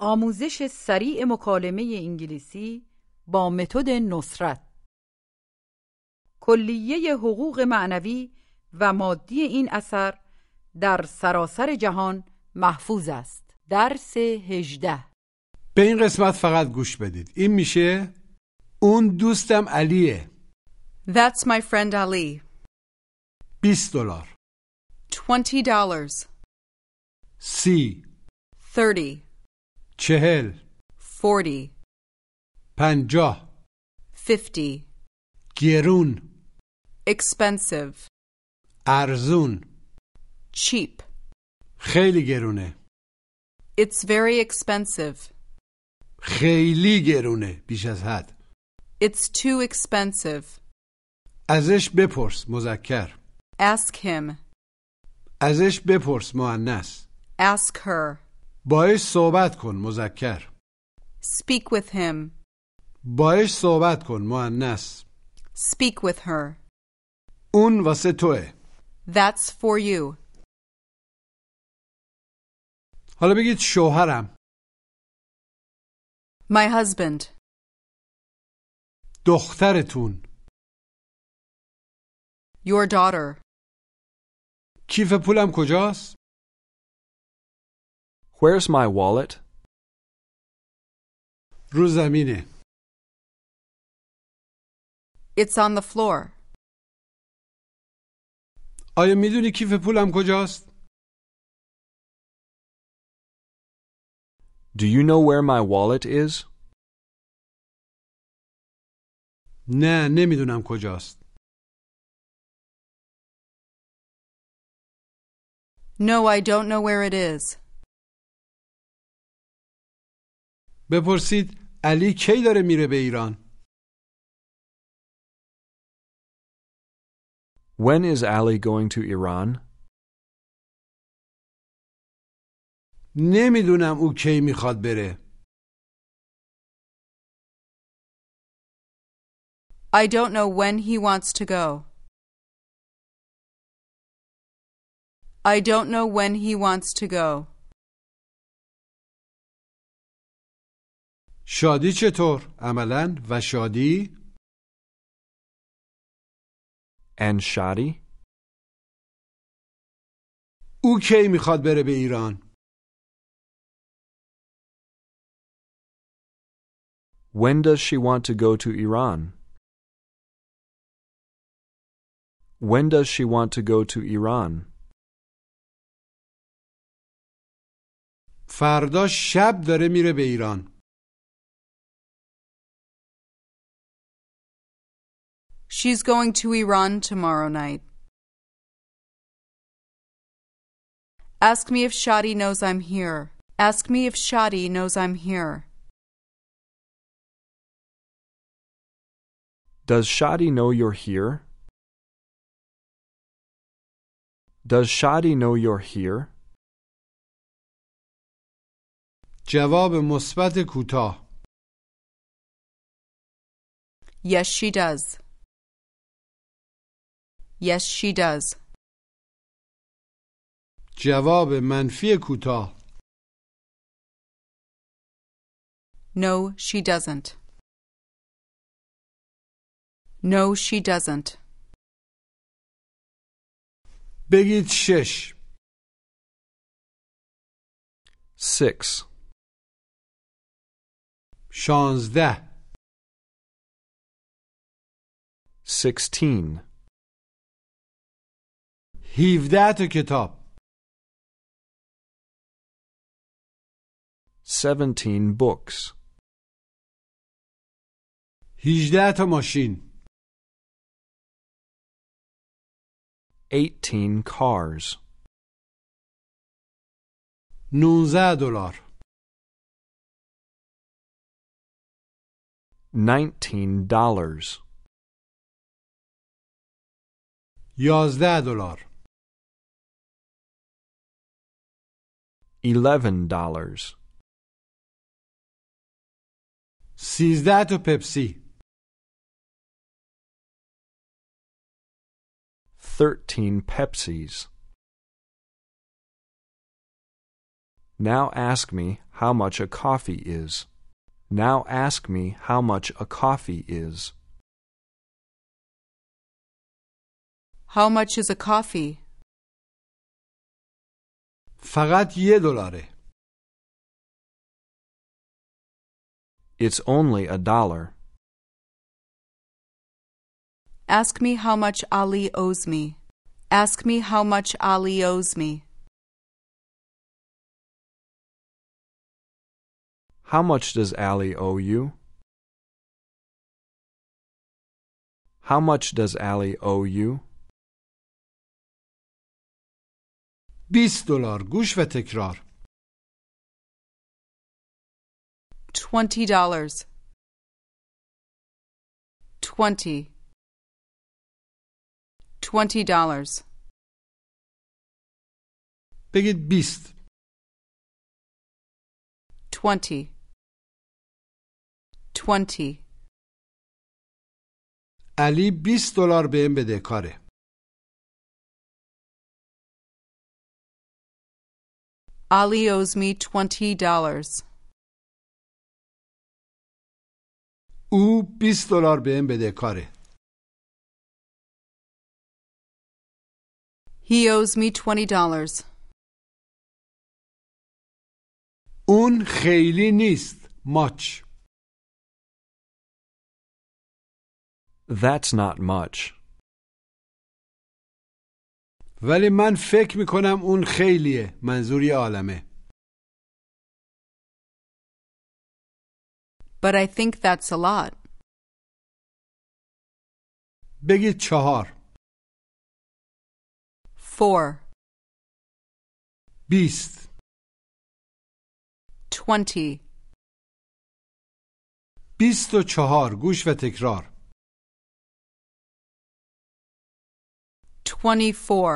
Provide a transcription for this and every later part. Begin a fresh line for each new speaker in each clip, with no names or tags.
آموزش سریع مکالمه انگلیسی با متد نصرت کلیه حقوق معنوی و مادی این اثر در سراسر جهان محفوظ است درس هجده
به این قسمت فقط گوش بدید این میشه اون دوستم علیه
That's my friend Ali.
20 دلار
Twenty dollars.
سی
Thirty.
چهل
Forty.
پنجاه
Fifty.
گرون
Expensive.
ارزون
Cheap.
خیلی گرونه
It's very expensive.
خیلی گرونه بیش از حد
It's too expensive.
ازش بپرس مذکر
Ask him.
ازش بپرس مؤنث
Ask her.
باش صحبت کن مذکر
Speak with him.
باش صحبت کن مؤنث
Speak with her.
اون واسه توه
That's for you.
حالا بگید شوهرم
My husband.
دخترتون
Your daughter.
کیف پولم کجاست
Where's my wallet?
رو زمینه
It's on the floor.
آیا میدونی کیف پولم کجاست؟
Do you know where my wallet is?
نه نمیدونم کجاست.
No, I don't know where it is.
بپرسید علی کی داره میره به ایران؟
When is Ali going to Iran?
نمیدونم او کی میخواد بره.
I don't know when he wants to go. I don't know when he wants to go.
شادی چطور؟ عملا و شادی
And Shadi?
او کی میخواد بره به ایران؟
When does she want to go to Iran? When does she want to go to Iran?
فردا شب داره میره به ایران.
She's going to Iran tomorrow night. Ask me if Shadi knows I'm here. Ask me if Shadi knows I'm here.
Does Shadi know you're here? Does Shadi know you're here?
جواب مثبت کوتاه.
Yes, she does. Yes, she does.
جواب منفی کوتاه.
No, she doesn't. No, she doesn't.
بگید شش.
6.
شانزده.
16.
هیوده تا کتاب.
17 books.
هیجده تا ماشین.
18 cars.
نونزه دلار.
19 dollars.
یازده دلار.
11 dollars.
سیزده تا پپسی.
13 Pepsis. Now ask me how much a coffee is. Now ask me how much a coffee is.
How much is a coffee?
فقط یه دلاره.
It's only a dollar.
Ask me how much Ali owes me. Ask me how much Ali owes me.
How much does Allie owe you? How much does Allie owe you?
20 دلار گوش و تکرار.
Twenty dollars. Twenty. Twenty dollars.
بگید 20.
Twenty. Twenty.
علی 20 دلار بهم بده کاره.
Ali owes me twenty dollars.
او 20 دلار بهم بده کاره.
He owes me twenty dollars.
اون خیلی نیست. ماچ.
That's not much.
ولی من فکر میکنم اون خیلیه. منظور یه عالمه.
But I think that's a lot.
بگید چهار.
Four.
20.
Twenty.
24 گوش و تکرار.
Twenty-four.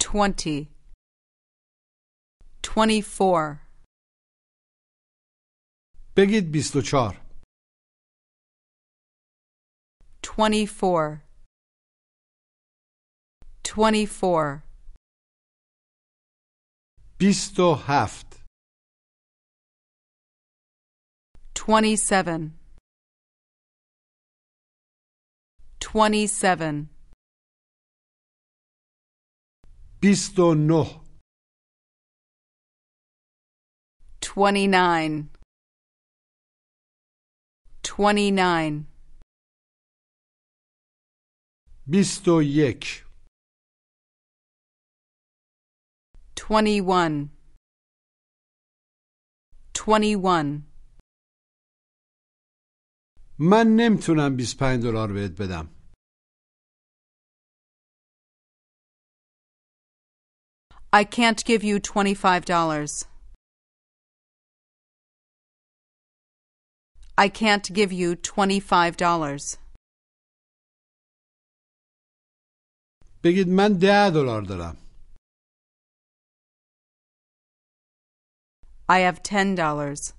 Twenty. Twenty-four.
بگید 24.
Twenty-four. Twenty-four.
27.
Twenty-seven. Twenty-seven.
29.
Twenty-nine. Twenty-nine.
21.
Twenty-one. Twenty-one.
من نمیتونم 25 دلار بهت بدم.
I can't give you $25. I can't give you $25.
بگید من 10 دلار دارم.
I have $10.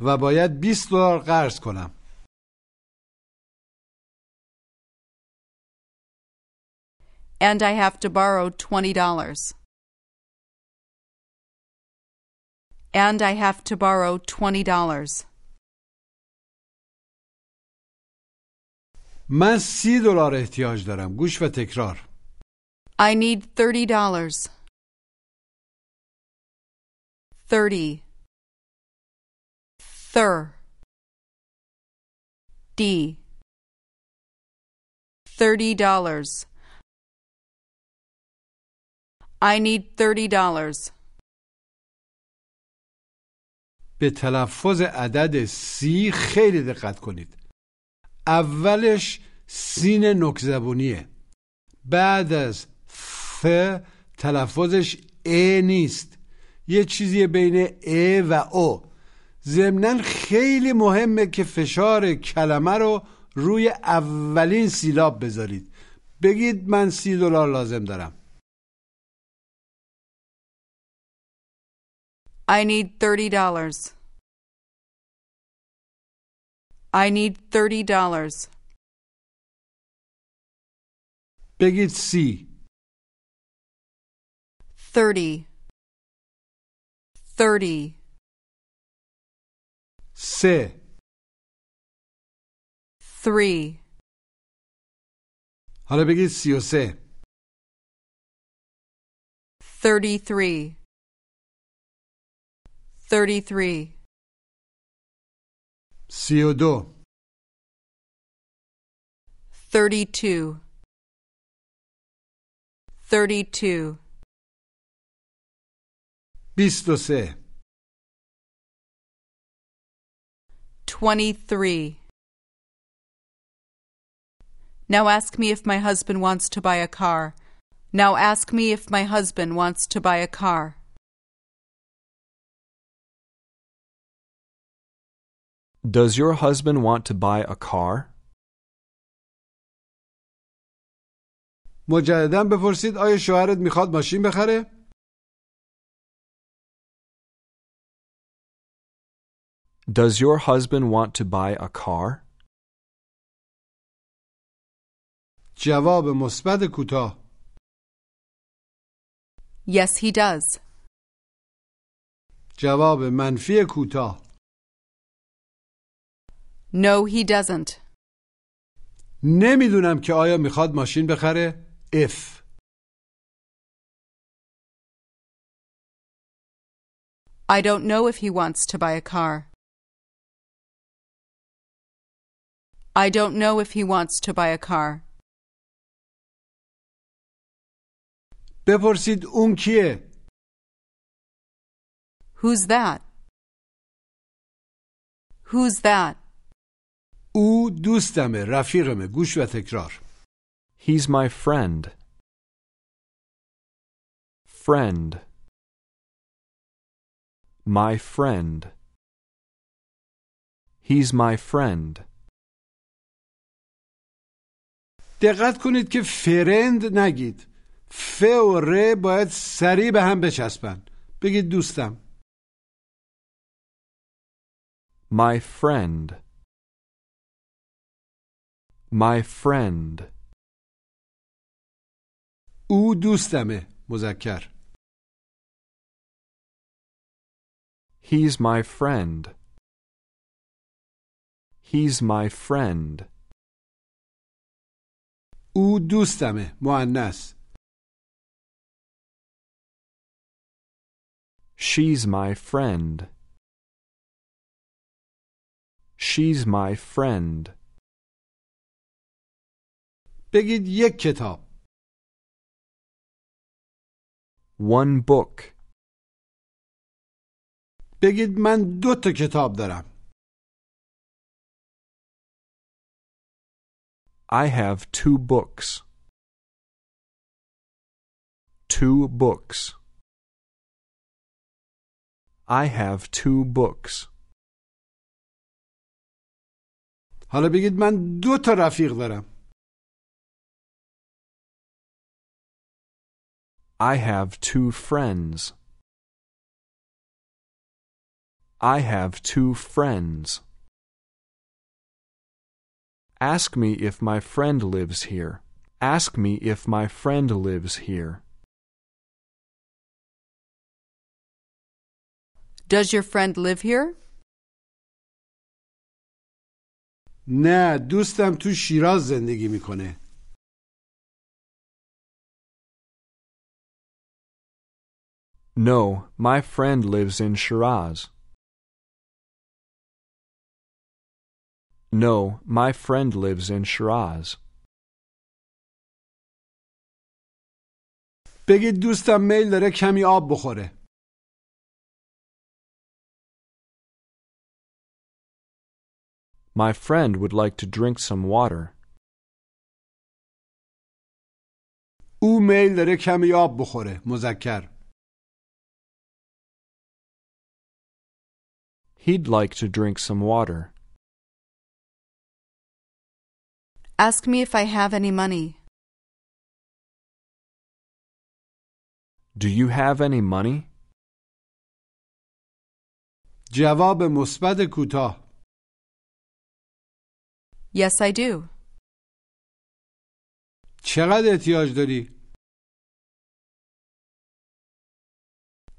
و باید 20 دلار قرض کنم.
And I have to borrow $20. And I have to borrow $20.
من 30 دلار احتیاج دارم. گوش و تکرار.
I need $30. 30 Thir D $30 I need $30
به تلفظ عدد سی خیلی دقت کنید. اولش سین نکزبونیه. بعد از ث تلفظش ا نیست. یه چیزی بین ا و او. ضمنا خیلی مهمه که فشار کلمه رو روی اولین سیلاب بذارید. بگید من سی دلار لازم دارم.
I need $30 I need $30
بگید سی
thirty, thirty,
سه
three,
حالا بگید سی و سه
thirty-three, thirty-three,
سی و دو
thirty-two, thirty-two,
بیست و سه
twenty-three. Now ask me if my husband wants to buy a car. Now ask me if my husband wants to buy a car.
Does your husband want to buy a car?
مجددا بپرسید آیا شوهرت میخواد ماشین بخره؟
Does your husband want to buy a car?
جواب مثبت کوتاه
Yes, he does.
جواب منفی کوتاه
No, he doesn't.
نمیدونم که آیا میخواد ماشین بخره؟ If
I don't know if he wants to buy a car. I don't know if he wants to buy a car.
بپرسید اون کیه؟
Who's that? Who's that?
او دوستمه رفیقمه گوش و تکرار
He's my friend. Friend. My friend. He's my friend.
دقت کنید که فرند نگید ف و ر باید سریع به هم بچسبن بگید دوستم
My friend. My friend.
او دوستمه مذکر
He's my friend. He's my friend.
او دوستمه مؤنث
She's my friend. She's my friend.
بگید یک کتاب
One book.
بگید من دو تا کتاب دارم
I have two books. Two books. I have two books.
حالا بگید من دو تا رفیق دارم
I have two friends. I have two friends. Ask me if my friend lives here. Ask me if my friend lives here.
Does your friend live here?
نه دوستم تو شیراز زندگی میکنه
No, my friend lives in Shiraz. No, my friend lives in Shiraz.
بگید دوستم میل داره کمی آب بخوره
My friend would like to drink some water.
او میل داره کمی آب بخوره مذکر
He'd like to drink some water.
Ask me if I have any money.
Do you have any money?
جواب مثبت کوتاه
Yes, I do.
چقدر احتیاج داری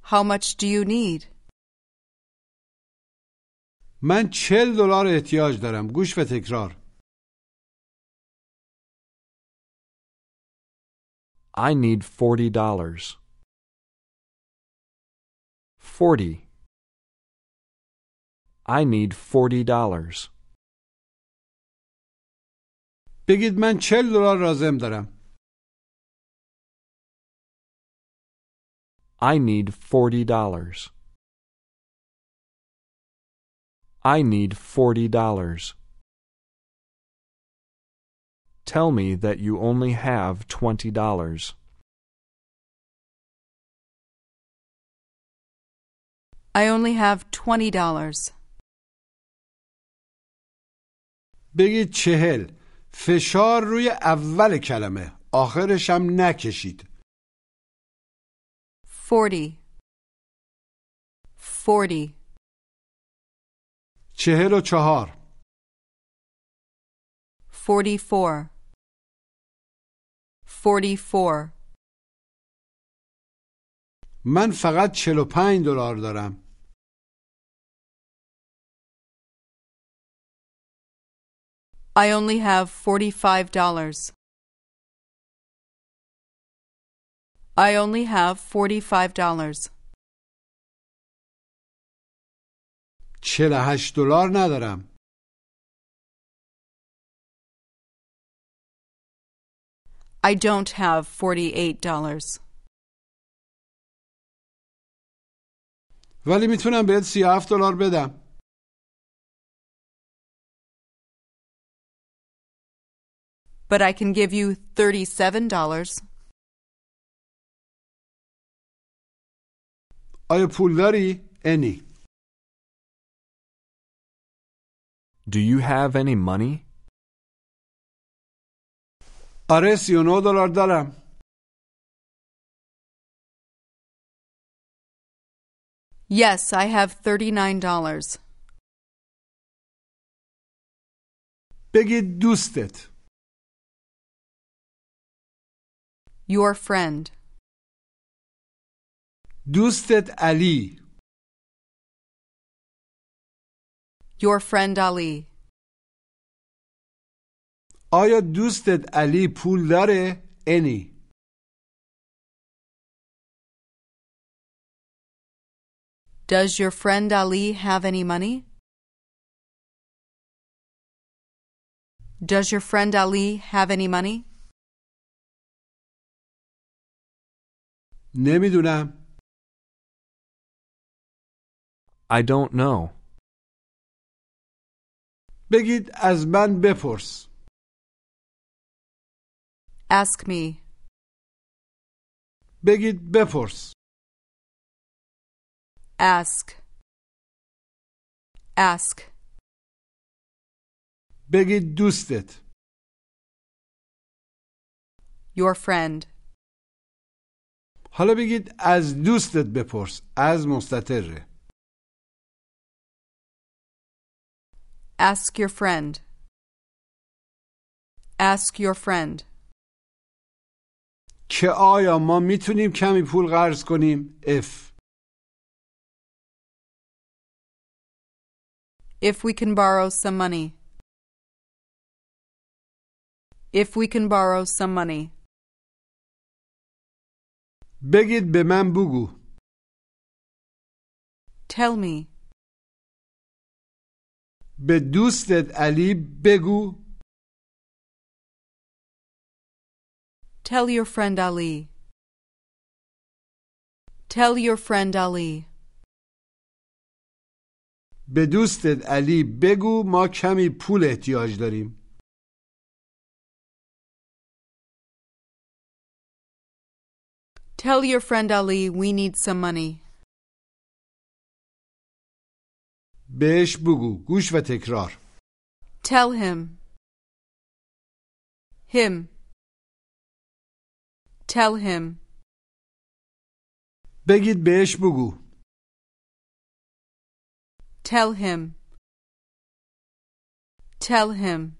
How much do you need?
من چل دلار احتیاج دارم گوش و تکرار
I need forty dollars. Forty. I need forty dollars.
بگید من چل دلار لازم دارم
I need forty dollars. I need forty dollars. Tell me that you only have twenty dollars.
I only have twenty dollars.
بگید چهل فشار روی اول کلمه آخرش هم نکشید
Forty. Forty.
چهل و چهار
Forty-four. Forty-four.
من فقط چل و پنج دلار دارم
I only have forty-five dollars. I only have forty-five dollars.
چل و هشت دلار ندارم
I don't have forty-eight dollars.
ولی میتونم بهت سی و هفت دلار بدم
But I can give you thirty-seven dollars.
آیا پول داری؟ انی
Do you have any money?
آره 39 دلار دارم
Yes, I have thirty-nine dollars.
بگید دوستت
Your friend.
دوستت علی
Your friend Ali.
آیا دوستت علی پول داره؟ انی
Does your friend Ali have any money? Does your friend Ali have any money?
نمیدونم
I don't know.
بگید از من بپرس
Ask me.
بگید بپرس
Ask. Ask.
بگید دوستت
Your friend.
حالا بگید از دوستت بپرس از مستطره
Ask your friend. Ask your friend.
که آیا ما میتونیم کمی پول قرض کنیم؟ اف
If we can borrow some money. If we can borrow some money.
بگید به من بگو
Tell me.
به دوستت علی بگو
Tell your friend Ali. Tell your friend Ali.
به دوستت علی بگو ما کمی پول احتیاج داریم
Tell your friend Ali we need some money.
بهش بگو گوش و تکرار
Tell him. Him. Tell him.
بگید بهش بگو
Tell him. Tell him.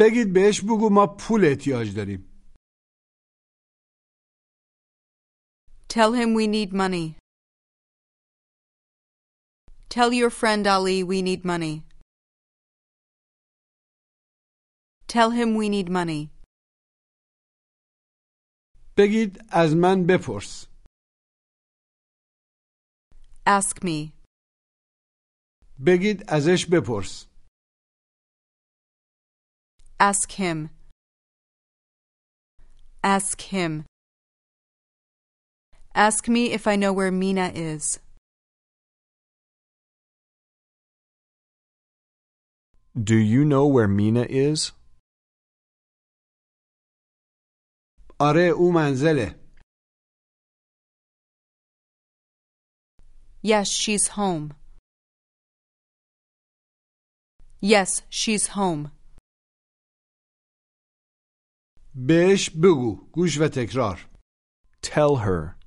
بگید بهش بگو ما پول احتیاج داریم
Tell him we need money. Tell your friend Ali we need money. Tell him we need money.
بگید از من بپرس
Ask me.
بگید ازش بپرس
Ask him. Ask him. Ask me if I know where Mina is.
Do you know where Mina is?
آره او منزله
Yes, she's home. Yes, she's home.
بهش بگو گوش و تکرار
Tell her.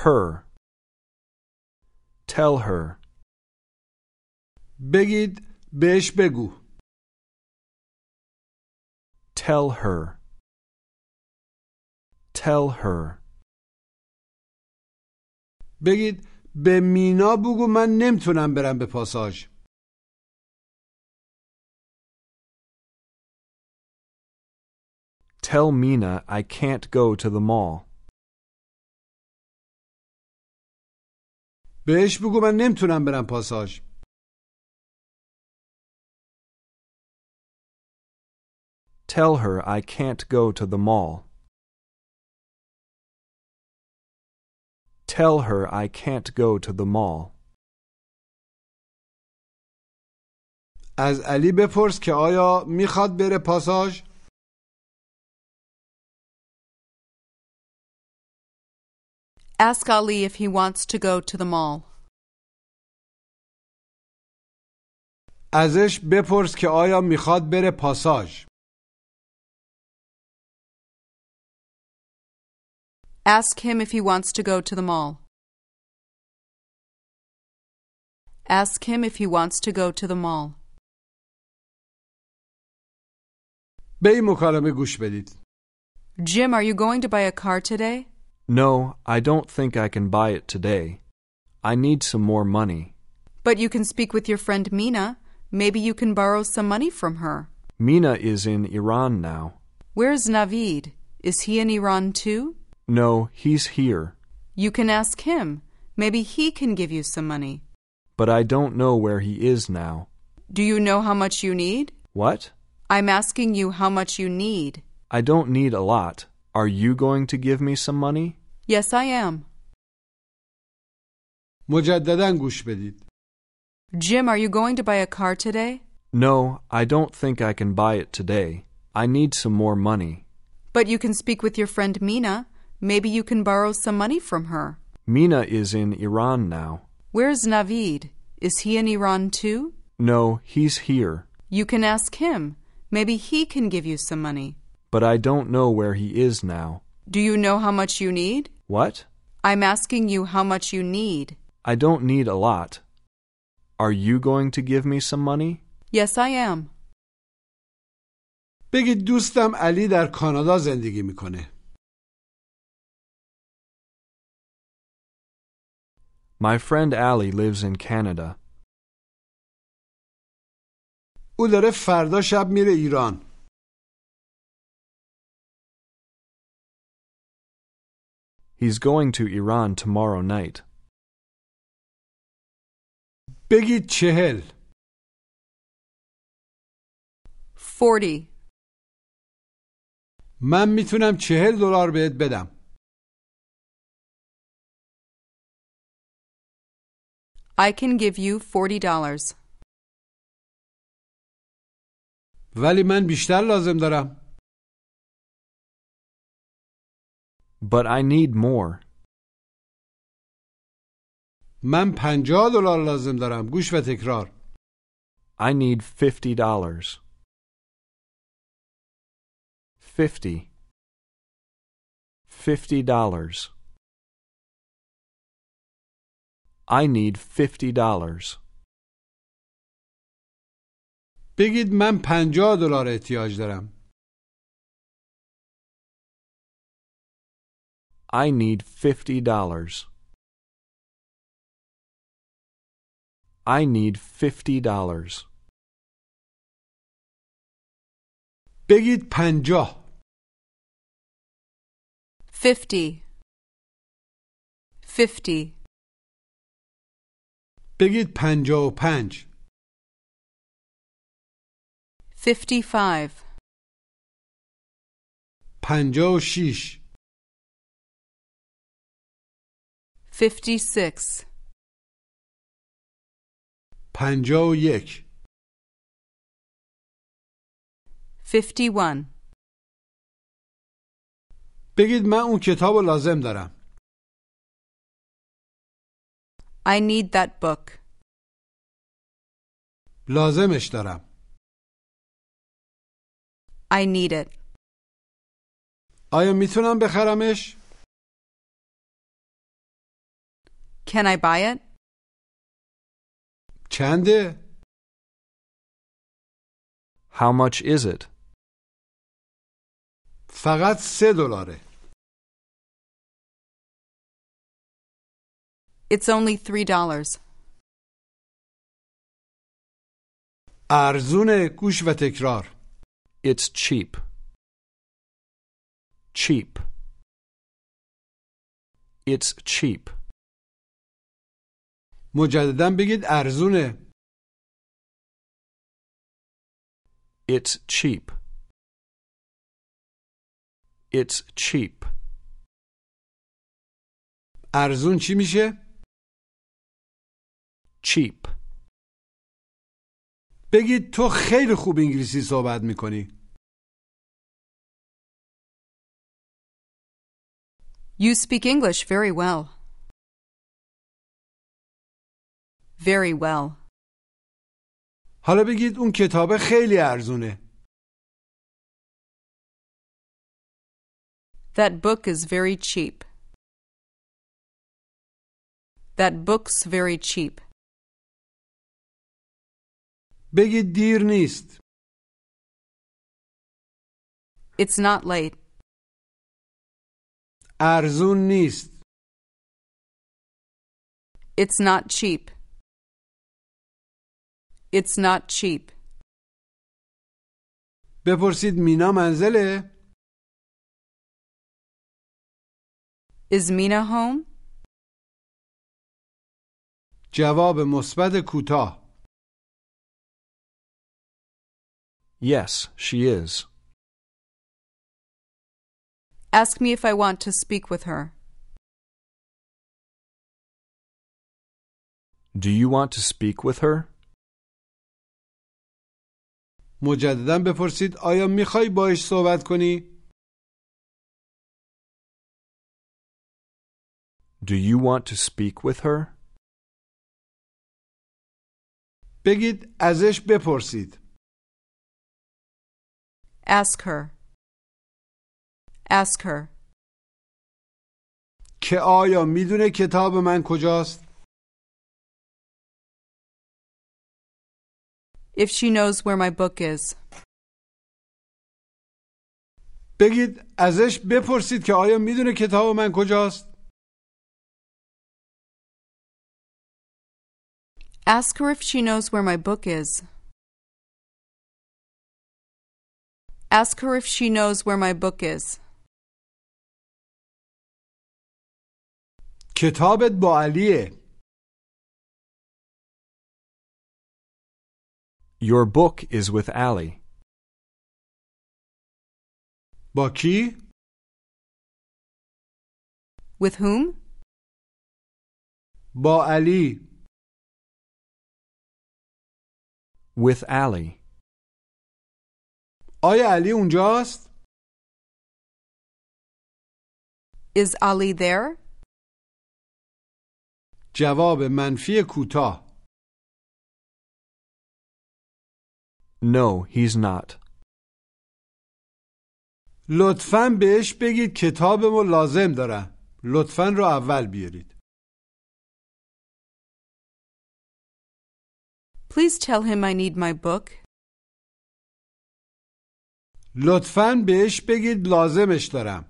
Her. Tell her.
بگید بهش بگو
Tell her. Tell her.
بگید به مینا بگو من نمیتونم برم به پاساژ
Tell Mina I can't go to the mall.
بهش بگو من نمیتونم برم پاساژ
Tell her I can't go to the mall. Tell her I can't go to the mall.
از علی بپرس که آیا میخواد بره پاساژ
Ask Ali if he wants to go to the mall.
ازش بپرس که آیا میخواد بره پاساژ
Ask him if he wants to go to the mall. Ask him if he wants to go to the mall.
به این مکالمه گوش بدید
Jim, are you going to buy a car today?
No, I don't think I can buy it today. I need some more money.
But you can speak with your friend Mina. Maybe you can borrow some money from her.
Mina is in Iran now.
Where's Navid? Is he in Iran too?
No, he's here,
You can ask him. Maybe he can give you some money.
but I don't know where he is now.
Do you know how much you need?
What?
I'm asking you how much you need.
I don't need a lot. Are you going to give me some money?
Yes, I am.
مجددا گوش بدید
Jim, are you going to buy a car today?
No, I don't think I can buy it today. I need some more money.
But you can speak with your friend Mina. Maybe you can borrow some money from her.
Mina is in Iran now.
Where's Navid? Is he in Iran too?
No, he's here,
You can ask him. Maybe he can give you some money.
but I don't know where he is now.
Do you know how much you need?
What?
I'm asking you how much you need.
I don't need a lot. Are you going to give me some money?
Yes, I am.
بگید دوستم علی در کانادا زندگی میکنه
My friend Allie lives in Canada.
او داره فردا شب میره ایران
He's going to Iran tomorrow night.
بگید چهل
Forty.
من میتونم چهل دلار بهت بدم
I can give you forty dollars.
ولی من بیشتر لازم دارم
But I need more.
من پنجاه دلار لازم دارم گوش و تکرار
I need fifty dollars. Fifty. Fifty dollars. I need fifty dollars.
بگید من پنجاه دلار احتیاج دارم
I need fifty dollars. I need fifty dollars.
بگید پنجاه
fifty, fifty,
بگید پنجاه و پنج
fifty-five,
پنجاه و شیش
fifty-six,
پنجاه و یک
fifty-one,
بگید من اون کتاب رو لازم دارم
I need that book.
لازمش دارم
I need it.
آیا میتونم بخرمش؟
Can I buy it?
چنده؟
How much is it?
فقط سه دلاره
It's only three dollars.
ارزون گوش و تکرار
It's cheap. Cheap. It's cheap.
مجددا بگید ارزونه
It's cheap. It's cheap.
ارزون چی میشه؟
Cheap.
بگید تو خیلی خوب انگلیسی صحبت میکنی
You speak English very well. Very well.
حالا بگید اون کتاب خیلی ارزونه
That book is very cheap. That book's very cheap.
بگید دیر نیست
It's not late.
ارزون نیست
It's not cheap. It's not cheap.
بپرسید مینا منزله
Is Mina home?
جواب مثبت کوتاه
Yes, she is.
Ask me if I want to speak with her.
Do you want to speak with her?
مجددا بپرسید آیا میخوای باش صحبت کنی
Do you want to speak with her?
بگید ازش بپرسید
Ask her. Ask her.
که آیا میدونه کتاب من کجاست
If she knows where my book is,
بگید ازش بپرسید که آیا میدونه کتاب من کجاست
ask her if she knows where my book is. Ask her if she knows where my book is.
کتابت با علیه
Your book is with Allie.
با کی
With whom?
با علی
With Allie.
آیا علی اونجاست
Is Ali there?
جواب منفی کوتاه
No, he's not.
لطفا بهش بگید کتابمو لازم دارم لطفا رو اول بیارید
Please tell him I need my book.
لطفا بهش بگید لازمش دارم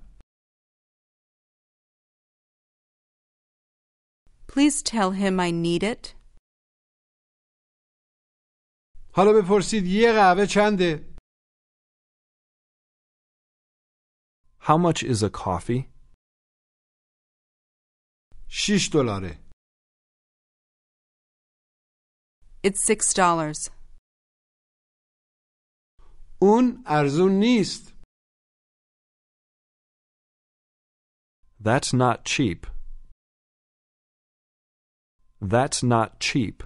please tell him I need it?
حالا بپرسید یه قهوه چنده؟
How much is a coffee?
6 دلاره.
It's six dollars.
اون ارزون نیست.
That's not cheap. That's not cheap.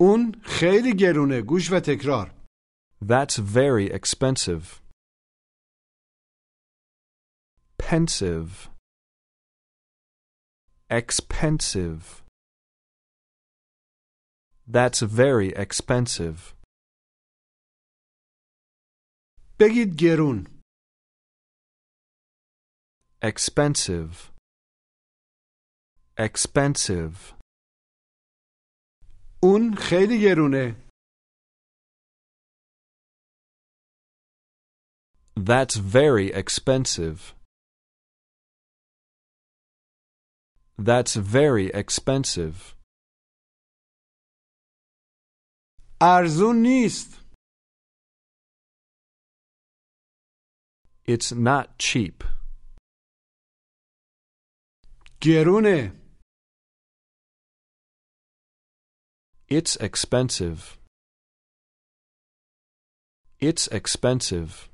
اون خیلی گرونه. گوش و تکرار.
That's very expensive. Pensive. Expensive. That's very expensive.
بگید گرون.
Expensive. Expensive.
اون خیلی گرونه.
That's very expensive. That's very expensive.
ارزون نیست.
It's not cheap.
گرونه.
It's expensive. It's expensive.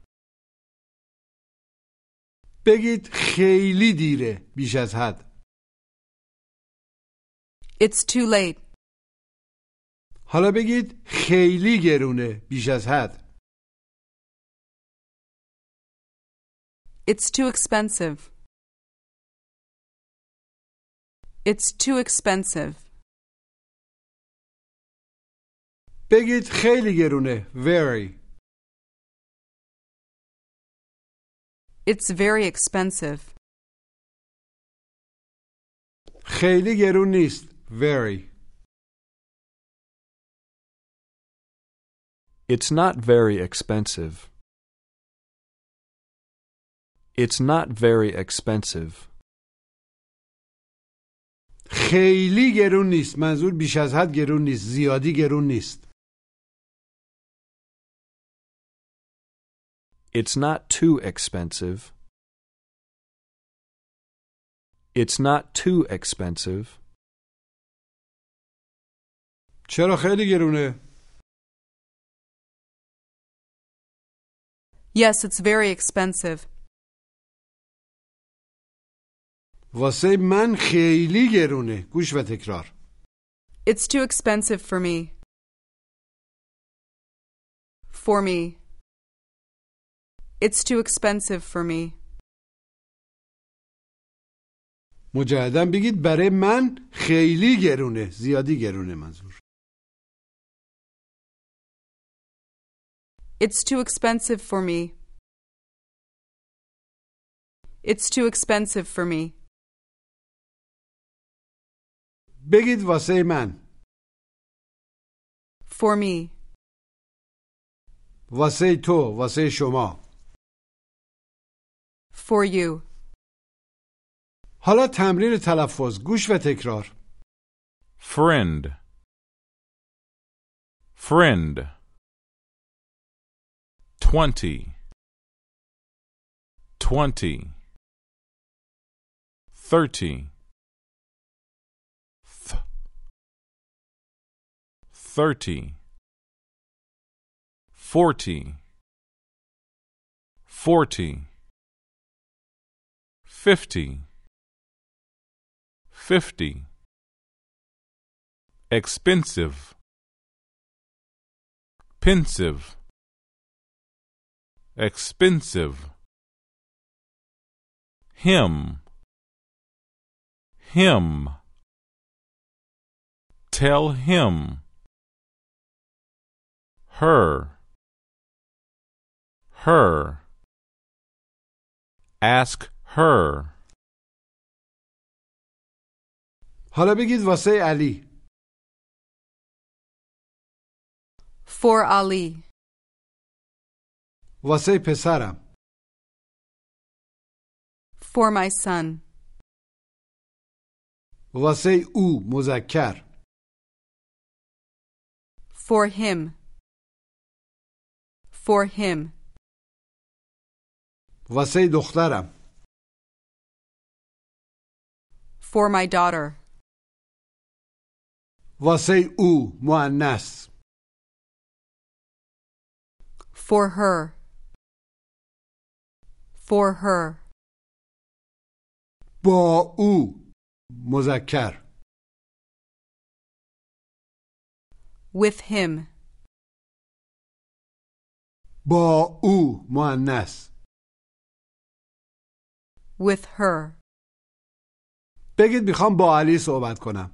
بگید خیلی دیره. بیش از حد.
It's too late.
حالا بگید خیلی گرونه. بیش از حد.
It's too expensive. It's too expensive.
بگید خیلی گرونه. Very.
It's very expensive.
خیلی گرون نیست. Very.
It's not very expensive. It's not very expensive.
خیلی گرون نیست. منظور بیش از حد گرون نیست. زیادی گرون نیست.
It's not too expensive. It's not too expensive.
چرا خیلی گرونه؟
Yes, it's very expensive.
واسه من خیلی گرونه. گوش و تکرار.
It's too expensive for me. For me. It's too expensive for me.
مجددا بگید برای من خیلی گرونه. زیادی گرونه منظور.
It's too expensive for me. It's too expensive for me.
بگید واسه من.
For me.
واسه تو، واسه شما.
For you.
حالا تمرین تلفظ. گوش و تکرار.
Friend. Friend. Twenty. Twenty. Thirty. Th- Thirty. Forty. Forty. Fifty. Fifty. Expensive. Pensive expensive him him tell him her her ask her
حالا بگید واسه علی.
For Ali.
واسه پسرم.
For my son.
واسه او مذکر
For him. For him.
واسه دخترم
For my daughter.
واسه او مؤنث
For her. For her.
با او مذکر
With him.
با او مؤنث
With her.
بگید میخوام با علی صحبت کنم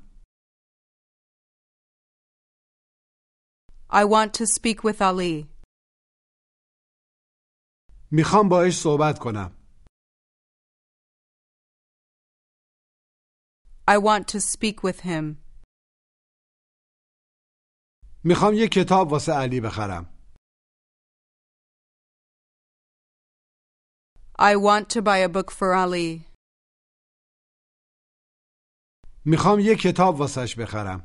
I want to speak with Ali.
میخوام باش صحبت کنم
I want to speak with him.
میخوام یه کتاب واسه علی بخرم
I want to buy a book for Ali.
میخوام یه کتاب واسش بخرم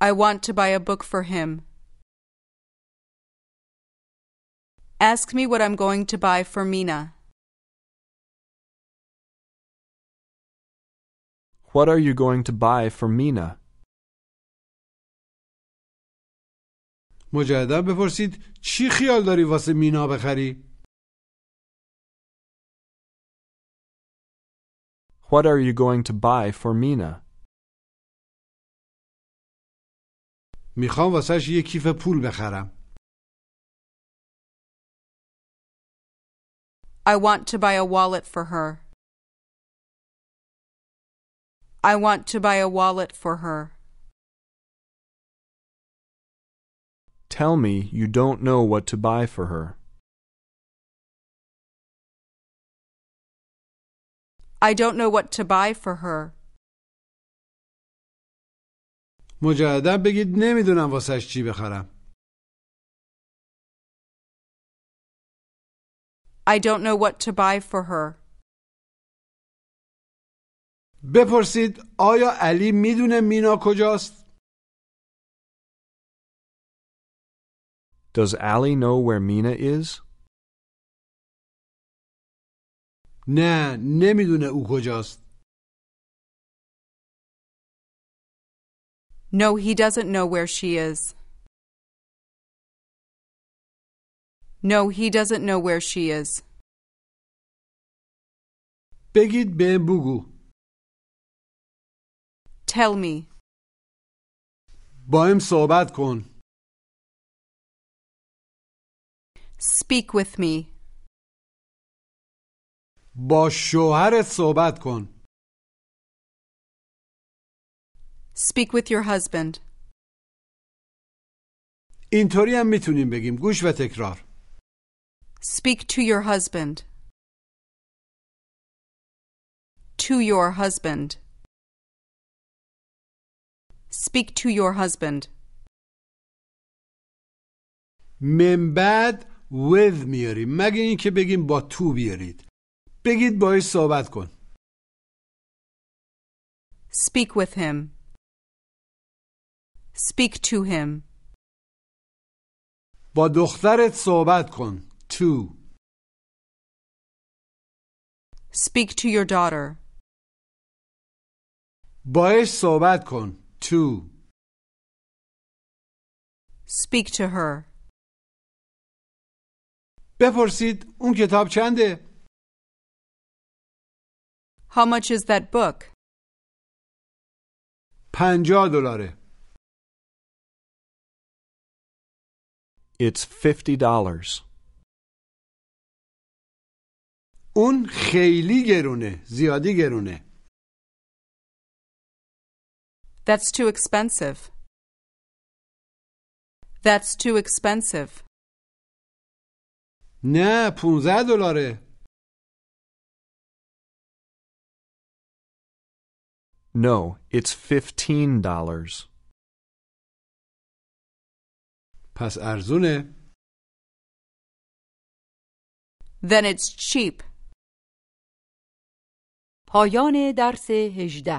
I want to buy a book for him. Ask me what I'm going to buy for Mina.
What are you going to buy for Mina?
مجددا بپرسید چی خیال داری واسه مینا بخری؟
What are you going to buy for Mina?
میخوام واسش یه کیف پول بخرم
I want to buy a wallet for her. I want to buy a wallet for her.
Tell me you don't know what to buy for her.
I don't know what to buy for her.
مجددا بگید نمیدونم واسش چی بخرم
I don't know what to buy for her.
بپرسید آیا علی میدونه مینا کجاست؟
Does Allie know where Mina is?
نه نمیدونه او کجاست
No, he doesn't know where she is. No, he doesn't know where she is.
بگید بهم بگو
Tell me.
با هم صحبت کن
Speak with me.
با شوهرت صحبت کن
Speak with your husband.
اینطوری هم میتونیم بگیم گوش و تکرار
Speak to your husband. To your husband. Speak to your husband.
من بعد with میاریم مگه اینکه بگیم با تو بیارید بگید باهاش صحبت کن
Speak with him. Speak to him.
با دخترت صحبت کن تو
Speak to your daughter.
باهاش صحبت کن تو
Speak to her.
بپرسید اون کتاب چنده
How much is that book?
پنجاه دلاره
It's fifty dollars.
اون خیلی گرونه زیادی گرونه
That's too expensive. That's too expensive.
نه 15 دلاره
No, it's fifteen dollars.
پس ارزونه
Then it's cheap. پایان درس هجده